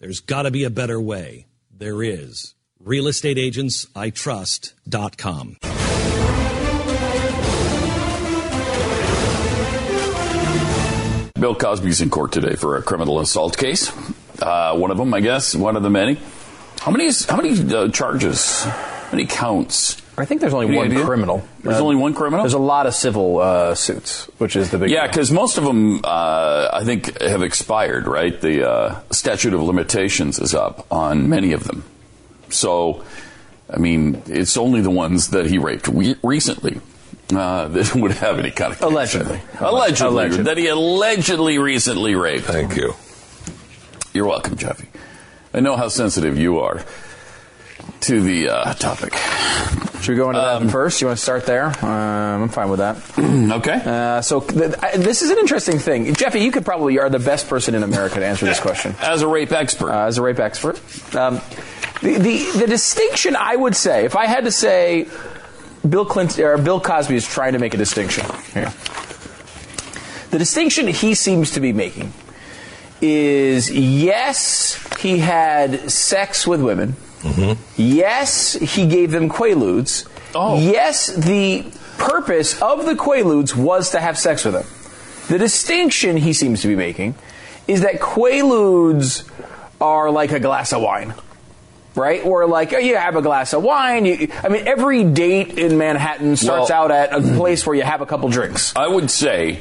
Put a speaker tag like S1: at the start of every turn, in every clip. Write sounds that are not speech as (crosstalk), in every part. S1: There's got to be a better way. There is. RealestateAgentsITrust.com.
S2: Bill Cosby's in court today for a criminal assault case. Uh, one of them, I guess, one of the many. How many? Is, how many uh, charges? How many counts?
S3: I think there's only
S2: Any
S3: one
S2: idea?
S3: criminal.
S2: There's only one criminal?
S3: There's a lot of civil uh, suits, which is the big.
S2: Yeah, because most of them, uh, I think, have expired. Right, the uh, statute of limitations is up on many of them. So, I mean, it's only the ones that he raped re- recently uh, that (laughs) would have any kind of connection.
S3: Allegedly.
S2: allegedly,
S3: Allegedly.
S2: that he allegedly recently raped.
S4: Thank you.
S2: You're welcome, Jeffy. I know how sensitive you are to the uh, topic.
S3: Should we go into
S2: um,
S3: that first? You want to start there? Um, I'm fine with that. (clears throat)
S2: okay.
S3: Uh, so th- I, this is an interesting thing, Jeffy. You could probably you are the best person in America to answer this question.
S2: (laughs) As a rape expert.
S3: uh, as a rape expert. Um, the, the, the distinction I would say, if I had to say, Bill Clinton or Bill Cosby is trying to make a distinction here. The distinction he seems to be making is yes, he had sex with women. Yes, he gave them quaaludes.
S2: Oh.
S3: Yes, the purpose of the quaaludes was to have sex with them. The distinction he seems to be making is that quaaludes are like a glass of wine. Right? Or like oh, you have a glass of wine. You, I mean, every date in Manhattan starts
S2: Well-
S3: out at a place where you have a couple drinks.
S2: I would say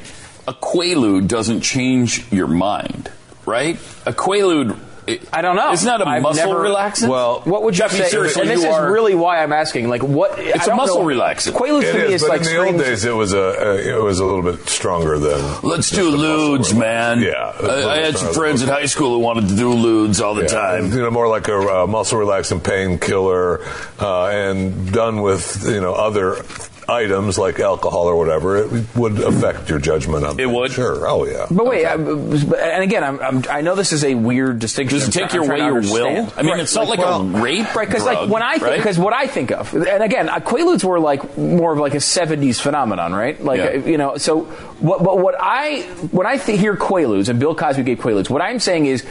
S2: a quaalude doesn't change your mind, right? A quaalude. it-
S3: I don't know.
S2: It's not a
S3: I've
S2: muscle
S3: never-
S2: relaxant.
S4: Well,
S3: What would you
S2: Jeffy,
S3: say?
S2: Seriously,
S3: and this
S2: you
S3: is
S2: are-
S3: really why I'm asking. Like, what?
S2: It's
S3: a
S2: a muscle relaxant.
S3: Quaaludes
S4: It
S3: to me is
S4: is, but
S3: like
S4: in the
S3: strange-
S4: old days, it was a uh, it was a little bit stronger than.
S2: Let's
S4: just
S2: do
S4: the muscle
S2: lewds,
S4: relaxant.
S2: man.
S4: Yeah,
S2: I, I had some friends in high school who wanted to do lewds all the
S4: Yeah,
S2: time.
S4: you know, more like a uh, muscle relaxant painkiller, uh, and done with you know other items like alcohol or whatever, it would affect your judgment on
S2: It would?
S4: Sure. Oh yeah.
S3: But wait, I, but- and again, I'm, I'm, I know this is a weird distinction.
S2: Just
S3: I'm
S2: take
S3: try- I'm
S2: your way
S3: trying
S2: your
S3: to
S2: will.
S3: understand.
S2: I mean,
S3: Right,
S2: it's not like,
S4: well-
S2: a rape
S3: Right, because like
S2: drug,
S3: when I
S2: right?
S3: think, because what I think of, and again, uh, Quaaludes were like more of like a '70s phenomenon, right? Like
S2: Yeah.
S3: uh, you know, so what? But what I when I th- hear Quaaludes and Bill Cosby gave Quaaludes, what I'm saying is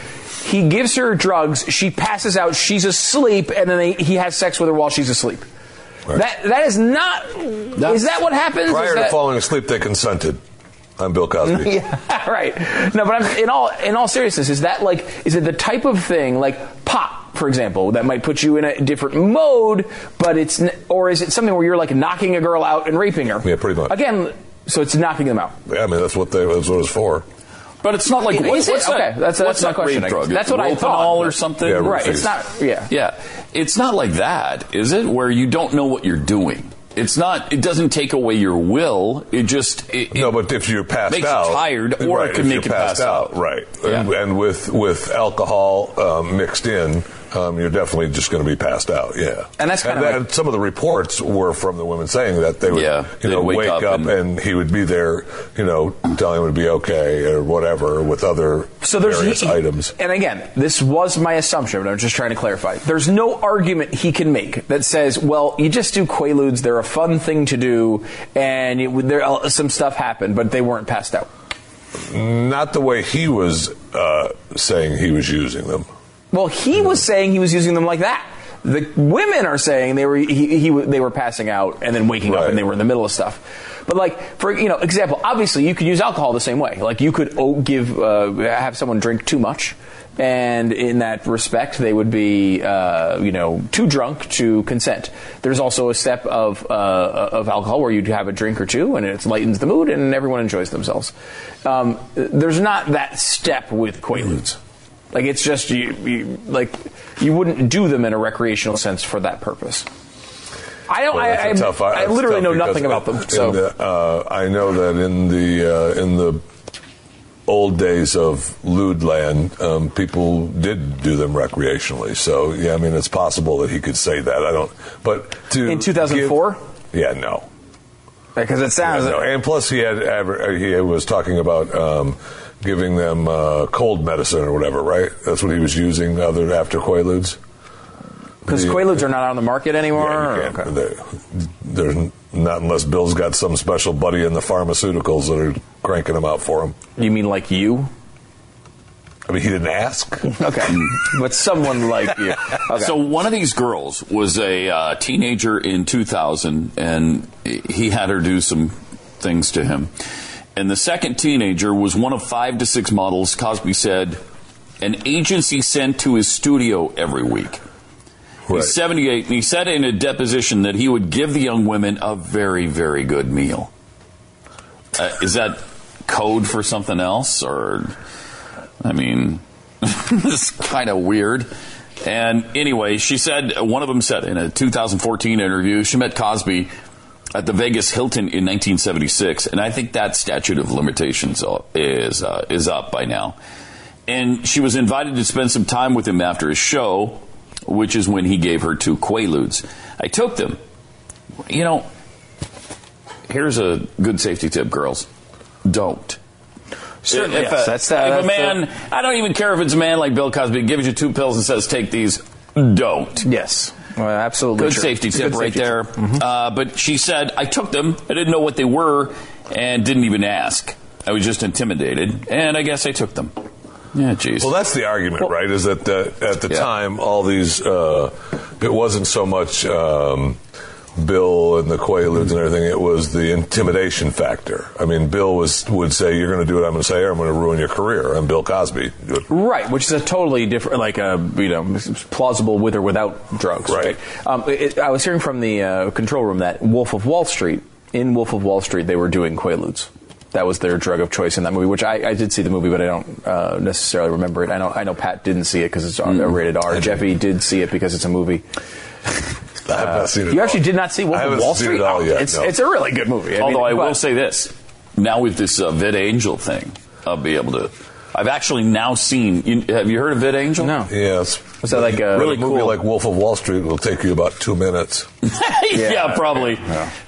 S3: he gives her drugs, she passes out, she's asleep, and then they, he has sex with her while she's asleep.
S4: Right.
S3: That that is not.
S2: That's-
S3: is that what happens? Is
S4: Prior to
S3: that-
S4: falling asleep, they consented. I'm Bill
S3: (laughs)
S4: Cosby.
S3: yeah, right. No, but I'm, in all in all seriousness, is that like is it the type of thing like pop, for example, that might put you in a different mode, but it's n- or is it something where you're like knocking a girl out and raping her?
S4: Yeah, pretty much.
S3: Again, so it's knocking them out.
S4: I mean, that's what they, that's what it's for.
S2: but it's not like
S3: Is
S2: what,
S3: it?
S2: what's that?
S3: Okay, that's- that's
S2: what's
S3: my
S2: that
S3: question, I
S2: Rape
S3: guess.
S2: drug?
S3: That's what I
S2: Ropanol
S3: thought.
S2: or something.
S4: Yeah,
S3: Right.
S4: Right.
S3: It's not. Yeah.
S2: Yeah, it's not like that, is it? Where you don't know what you're doing. It's not. It doesn't take away your will. It just. It,
S4: no,
S2: it-
S4: but if you're passed
S2: makes you
S4: out,
S2: tired, or
S4: right,
S2: it can
S4: if
S2: make
S4: you're
S2: you pass
S4: passed out,
S2: out.
S4: right?
S2: Yeah.
S4: And, and with with alcohol um, mixed in, um, you're definitely just going to be passed out. Yeah,
S3: And that's kinda
S4: that-
S3: like-
S4: some of the reports were from the women saying that they would,
S2: Yeah,
S4: you know,
S2: they'd wake
S4: wake,
S2: up
S4: up,
S2: and-
S4: and, he would be there, you know, telling him to be okay or whatever with other
S3: So there's
S4: various
S3: he-
S4: items.
S3: And again, this was my assumption, but I'm just trying to clarify. There's no argument he can make that says, well, you just do Quaaludes, they're a fun thing to do, and it, would- there, uh, some stuff happened, but they weren't passed out.
S4: Not the way he was uh, saying he was using them.
S3: Well, he was saying he was using them like that. The women are saying they were he, he they were passing out and then waking up
S4: Right.
S3: and they were in the middle of stuff. But like for you know example, obviously you could use alcohol the same way. Like you could oh, give uh, have someone drink too much. and in that respect, they would be, uh, you know, too drunk to consent. There's also a step of uh, of alcohol where you'd have a drink or two, and it lightens the mood, and everyone enjoys themselves. Um, there's not that step with quaaludes. Like it's just you, you, like you wouldn't do them in a recreational sense for that purpose. I don't.
S4: Well, that's a
S3: I, I,
S4: tough- uh,
S3: I
S4: that's
S3: literally
S4: tough
S3: know
S4: because
S3: nothing about them.
S4: in
S3: So
S4: the, uh, I know that in the uh, in the old days of lewd land, um, people did do them recreationally. So yeah, I mean it's possible that he could say that. I don't. But to
S3: In 2004?
S4: give- yeah, no.
S3: because it
S4: Yeah,
S3: sounds
S4: no. And plus, he had aver- he was talking about um, giving them uh, cold medicine or whatever, right? That's what he was using other after quaaludes.
S3: because
S4: the-
S3: Quaaludes are not on the market anymore.
S4: Yeah, you can't.
S3: Okay.
S4: They're, they're not unless Bill's got some special buddy in the pharmaceuticals that are cranking them out for him.
S3: You mean like you?
S4: I mean, he didn't ask.
S3: Okay,
S4: Mm.
S3: but someone like (laughs) you. Okay.
S2: So one of these girls was a uh, teenager in 2000, and he had her do some things to him. And the second teenager was one of five to six models. Cosby said, an agency sent to his studio every week.
S4: Right.
S2: He's 78, and he said in a deposition that he would give the young women a very, very good meal. Uh, is that code for something else, or I mean, (laughs) it's kind of weird. And anyway, she said one of them said in a 2014 interview she met Cosby at the Vegas Hilton in 1976, and I think that statute of limitations uh, is uh, is up by now. And she was invited to spend some time with him after his show, which is when he gave her two quaaludes. I took them. You know, here's a good safety tip, girls. Don't.
S3: Certainly,
S2: If,
S3: yes.
S2: a,
S3: That's the-
S2: if
S3: that's
S2: a
S3: the-
S2: man, I don't even care if it's a man like Bill Cosby, gives you two pills and says, take these. Don't.
S3: yes, well, absolutely.
S2: Good
S3: true.
S2: safety tip
S3: Good
S2: right
S3: safety Mm-hmm.
S2: there. Uh, but she said, I took them. I didn't know what they were and didn't even ask. I was just intimidated, and I guess I took them. Yeah, jeez.
S4: Well, that's the argument, right? Is that uh, at the
S2: Yeah.
S4: time, all these, uh, it wasn't so much um, Bill and the Quaaludes and everything; it was the intimidation factor. I mean, Bill was would say, "You're going to do what I'm going to say, or I'm going to ruin your career." I'm Bill Cosby.
S3: Right, which is a totally different, like a you know plausible with or without drugs.
S4: Right.
S3: Um, it, I was hearing from the uh, control room that Wolf of Wall Street, in Wolf of Wall Street, they were doing Quaaludes. That was their drug of choice in that movie, which I, I did see the movie, but I don't uh, necessarily remember it. I know I know Pat didn't see it because it's on,
S4: Mm-hmm.
S3: rated R. Jeffy did see it because it's a movie.
S4: I've not seen it.
S3: You
S4: all.
S3: actually did not see Wolf
S4: I
S3: of
S4: haven't
S3: Wall
S4: seen
S3: Street.
S4: It all
S3: Oh,
S4: yet,
S3: it's
S4: no.
S3: it's a really good movie. I mean,
S2: Although I will
S3: but-
S2: say this, now with this uh, VidAngel thing, I'll be able to. I've actually now seen. You, have you heard of VidAngel?
S3: no.
S4: Yes.
S3: Was that like a-
S4: really
S3: Really
S4: a movie
S3: cool.
S4: like Wolf of Wall Street will take you about two minutes.
S2: (laughs) yeah,
S3: Yeah.
S2: probably,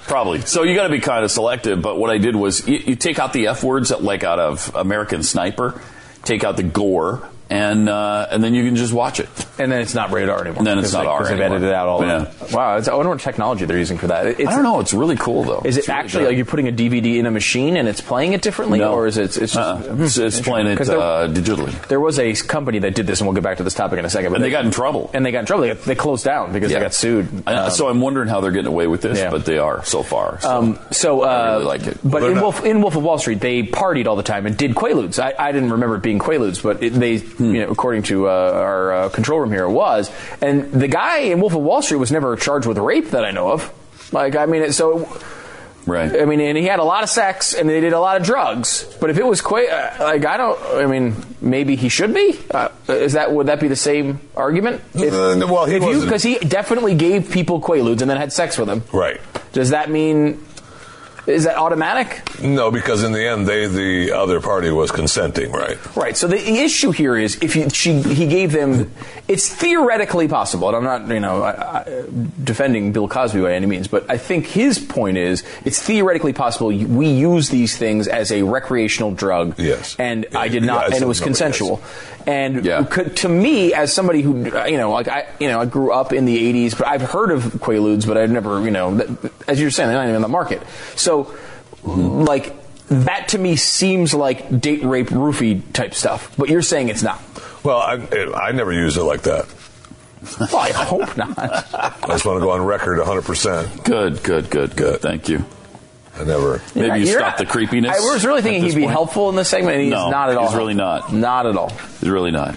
S2: probably. So you got to be kind of selective. But what I did was you, you take out the f words, that, like out of American Sniper, take out the gore, and uh, and then you can just watch it.
S3: And then it's not rated R anymore.
S2: And then it's
S3: 'cause
S2: not
S3: they-
S2: R
S3: 'cause They've
S2: anymore.
S3: edited out all
S2: Yeah.
S3: that. Wow, it's, I wonder what technology they're using for that. It- It's,
S2: I don't know. It's really cool though.
S3: Is
S2: It's
S3: it
S2: really
S3: actually
S2: good.
S3: like you're putting a DVD in a machine and it's playing it differently,
S2: No.
S3: or is it? It's just,
S2: Uh-uh. It's, it's playing it
S3: 'Cause there,
S2: uh, digitally.
S3: there was a company that did this, and we'll get back to this topic in a second. But
S2: And they got in trouble.
S3: And they got in trouble. They, got, they closed down because
S2: Yeah.
S3: they got sued.
S2: I-
S3: Um,
S2: so I'm wondering how they're getting away with this,
S3: Yeah.
S2: but they are so far. So.
S3: um, so, uh,
S2: I really like it.
S3: But
S4: They're
S3: in
S4: not-
S3: Wolf, in Wolf of Wall Street, they partied all the time and did Quaaludes. I, I didn't remember it being Quaaludes, but it, they,
S4: Hmm.
S3: you know, according to uh, our uh, control room here, it was. And the guy in Wolf of Wall Street was never charged with rape that I know of. Like, I mean, it, so
S2: right.
S3: I mean, and he had a lot of sex, and they did a lot of drugs. But if it was quite, uh, like I don't, I mean, maybe he should be. Uh, is that would that be the same argument? If,
S4: Uh, no, well, he
S3: if you
S4: wasn't.
S3: because he definitely gave people quaaludes and then had sex with them.
S4: Right.
S3: Does that mean? Is that automatic?
S4: No, because in the end, they the other party was consenting, right?
S3: Right. So the issue here is if you, she, he gave them, it's theoretically possible, and I'm not, you know, I, I, defending Bill Cosby by any means, but I think his point is it's theoretically possible you- we use these things as a recreational drug.
S4: Yes.
S3: And I did
S4: Yeah,
S3: not,
S4: I
S3: and it
S4: said
S3: was
S4: no,
S3: consensual. And
S2: Yeah.
S3: could, to me, as somebody who, uh, you know, like I, you know, I grew up in the '80s, but I've heard of Quaaludes, but I've never, you know, that, as you're saying, they're not even on the market. So, like. That to me seems like date rape roofie type stuff, but you're saying it's not.
S4: Well, I, I never used it like that.
S2: (laughs)
S3: Well, I hope not.
S4: I just want to go on record 100%.
S2: Good, good, good, good.
S4: Good.
S2: Thank you.
S4: I never.
S2: Maybe you
S3: You're
S2: stop
S3: not-
S2: the creepiness.
S3: I was really
S2: at
S3: thinking he'd
S2: this
S3: be
S2: point.
S3: helpful in this segment, and he's
S2: No,
S3: not at all.
S2: he's really
S3: helpful.
S2: not.
S3: Not at all.
S2: It's really not.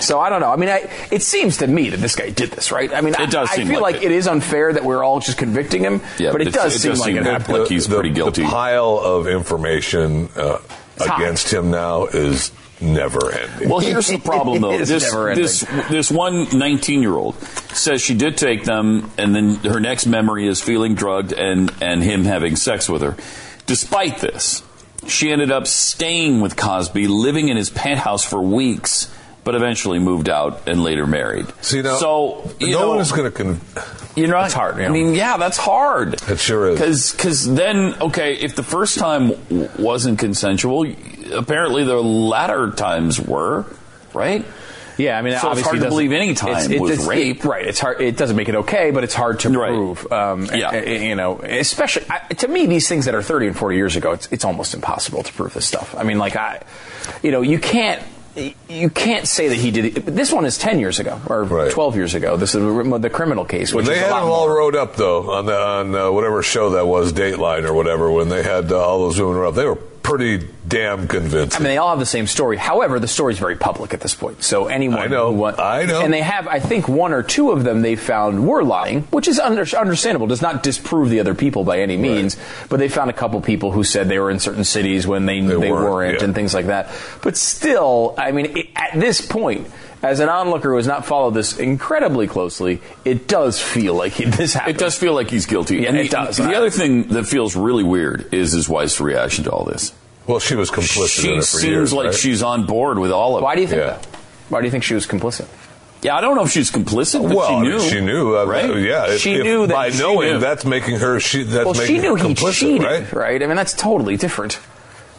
S3: So I don't know. I mean, I, it seems to me that this guy did this, right? I mean, I,
S2: It does
S3: I
S2: seem
S3: feel
S2: like
S3: like
S2: it.
S3: it is unfair that we're all just convicting him,
S2: Yeah,
S3: but it
S2: it-
S3: does
S2: it
S3: seem
S2: does
S3: like
S2: seem
S3: it
S2: that-
S3: happened.
S2: like he's pretty guilty.
S4: The pile of information uh,
S3: hot.
S4: against him now is never ending.
S2: Well, here's the problem, though.
S3: (laughs) It's
S2: this,
S3: never ending.
S2: this this one 19 year old says she did take them, and then her next memory is feeling drugged and and him having sex with her. Despite this, she ended up staying with Cosby, living in his penthouse for weeks, but eventually moved out and later married.
S4: See now,
S2: so you
S4: no
S2: know,
S4: one is going to. Con-
S2: You're not. It's hard. I mean, yeah, that's hard.
S4: It sure is.
S2: Because then, okay, if the first time w- wasn't consensual, apparently the latter times were, right?
S3: Yeah, I mean,
S2: So it's
S3: obviously
S2: hard to
S3: doesn't-
S2: believe any time
S3: it's-
S2: was
S3: it's-
S2: rape.
S3: it- right? It's hard. It doesn't make it okay, but it's hard to
S2: Right.
S3: prove. Um,
S2: Yeah.
S3: eh, eh, you know, especially I, to me, these things that are 30 and 40 years ago, it's, it's almost impossible to prove this stuff. I mean, like I, you know, you can't. You can't say that he did it. This one is 10 years ago, or
S4: Right.
S3: 12 years ago. This is the the criminal case, which
S4: they
S3: is
S4: had
S3: a lot
S4: them all
S3: more.
S4: rode up though on the, on uh, whatever show that was, Dateline or whatever. When they had uh, all those women up, they were pretty damn
S3: I
S4: convincing.
S3: mean, they all have the same story. However, the story's very public at this point. So anyone
S4: I know.
S3: who wa-
S4: I know.
S3: And they have, I think, one or two of them they found were lying, which is under- understandable. Does not disprove the other people by any means. But they found a couple people who said they were in certain cities when they
S4: They
S3: they,
S4: weren't,
S3: weren't,
S4: yeah.
S3: and things like that. But still, I mean, it, at this point. As an onlooker who has not followed this incredibly closely, it does feel like (laughs) it, this happened.
S2: It does feel like he's guilty.
S3: Yeah,
S2: and
S3: it
S2: the,
S3: does.
S2: The other thing that feels really weird is his wife's reaction to all this.
S4: well, she was complicit
S2: She
S4: in it for
S2: seems
S4: years.
S2: like
S4: right?
S2: she's on board with all of
S3: Why
S2: it.
S3: do you think
S4: Yeah.
S3: that? Why do you think she was complicit?
S2: Yeah, I don't know if she's complicit, but
S4: well,
S2: she knew.
S4: she knew, uh,
S2: right?
S4: Yeah, if-
S3: She
S4: if
S3: knew that-
S4: by
S3: she
S4: knowing
S2: knew.
S4: that's making her she that's
S3: well,
S4: making
S3: she knew
S4: her
S3: he
S4: complicit,
S3: cheated,
S4: right?
S3: right? I mean, that's totally different.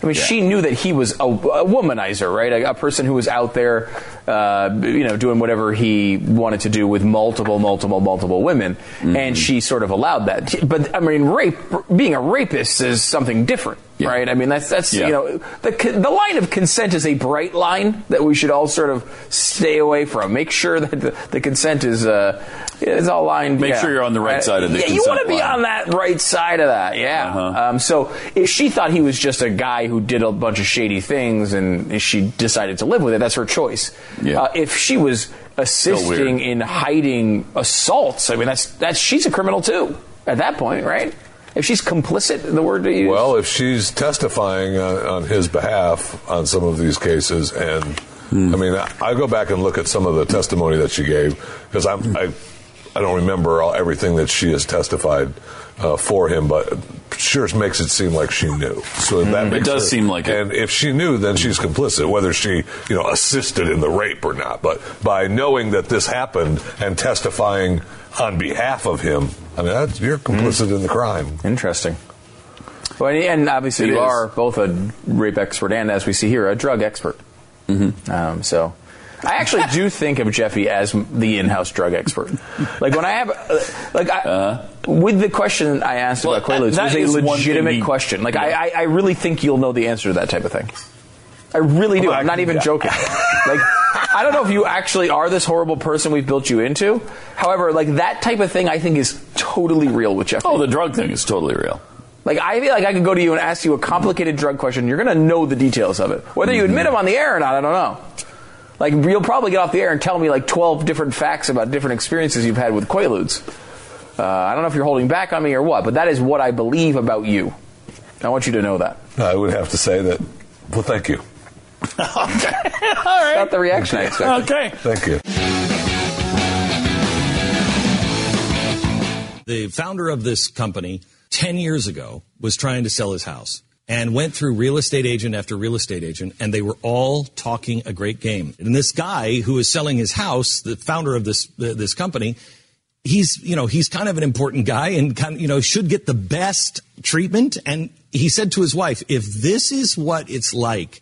S3: I mean,
S2: Yeah.
S3: she knew that he was a, a womanizer, right? A, a person who was out there, uh, you know, doing whatever he wanted to do with multiple, multiple, multiple women,
S2: Mm-hmm.
S3: and she sort of allowed that. But I mean, rape, being a rapist is something different,
S2: Yeah.
S3: right? I mean, that's that's
S2: Yeah.
S3: you know, the con- the line of consent is a bright line that we should all sort of stay away from. Make sure that the, the consent is uh, is all lined.
S2: Make
S3: yeah.
S2: sure you're on the right
S3: Uh,
S2: side of the
S3: yeah, you
S2: consent
S3: want to be
S2: line.
S3: on that right side of that, yeah.
S2: Uh-huh.
S3: Um, so if she thought he was just a guy who did a bunch of shady things and she decided to live with it, that's her choice.
S2: Yeah.
S3: Uh, if she was assisting
S2: weird.
S3: in hiding assaults, I mean, that's that's she's a criminal too at that point, right? If she's complicit, the word to use.
S4: Well, if she's testifying on, on his behalf on some of these cases, and
S2: Hmm.
S4: I mean, I, I go back and look at some of the testimony that she gave because I'm I, I don't remember all, everything that she has testified uh, for him, but sure makes it seem like she knew. So that makes
S2: does
S4: her-
S2: seem like Hmm. it.
S4: and if she knew, then she's complicit, whether she you know assisted in the rape or not. But by knowing that this happened and testifying on behalf of him, I mean, that's, you're complicit
S2: Hmm.
S4: in the crime.
S3: Interesting. Well, and, and obviously,
S2: It
S3: you
S2: is.
S3: are both a rape expert and, as we see here, a drug expert. Mm-hmm. Um, so, I actually do (laughs) think of Jeffy as the in-house drug expert. Like when I have, uh, like I, with the question I asked
S2: Uh-huh. Well,
S3: about Quaaludes,
S2: that-
S3: it
S2: that
S3: was
S2: is
S3: a
S2: one thing
S3: legitimate
S2: he-
S3: question. Like
S2: Yeah.
S3: I, I, I really think you'll know the answer to that type of thing. I really do.
S4: Well, I
S3: I'm not
S4: can-
S3: even
S4: yeah.
S2: (laughs)
S3: joking. Like, I don't know if you actually are this horrible person we've built you into. However, like that type of thing, I think is totally real with Jeffy.
S2: Oh, the drug thing is totally real.
S3: Like I feel like I could go to you and ask you a complicated drug question. You're gonna know the details of it, whether you admit them on the air or not. I don't know. Like you'll probably get off the air and tell me like 12 different facts about different experiences you've had with Quaaludes. Uh, I don't know if you're holding back on me or what, but that is what I believe about you. I want you to know that.
S4: I would have to say that. Well, thank you.
S3: Not the reaction I expected.
S2: Okay.
S4: Thank you.
S1: the founder of this company 10 years ago was trying to sell his house and went through real estate agent after real estate agent and they were all talking a great game and this guy who is selling his house the founder of this this company he's you know he's kind of an important guy and kind of, you know should get the best treatment and he said to his wife if this is what it's like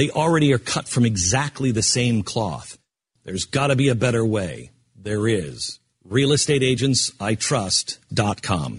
S1: They already are cut from exactly the same cloth. There's got to be a better way. There is. Real estate agents I trust.com.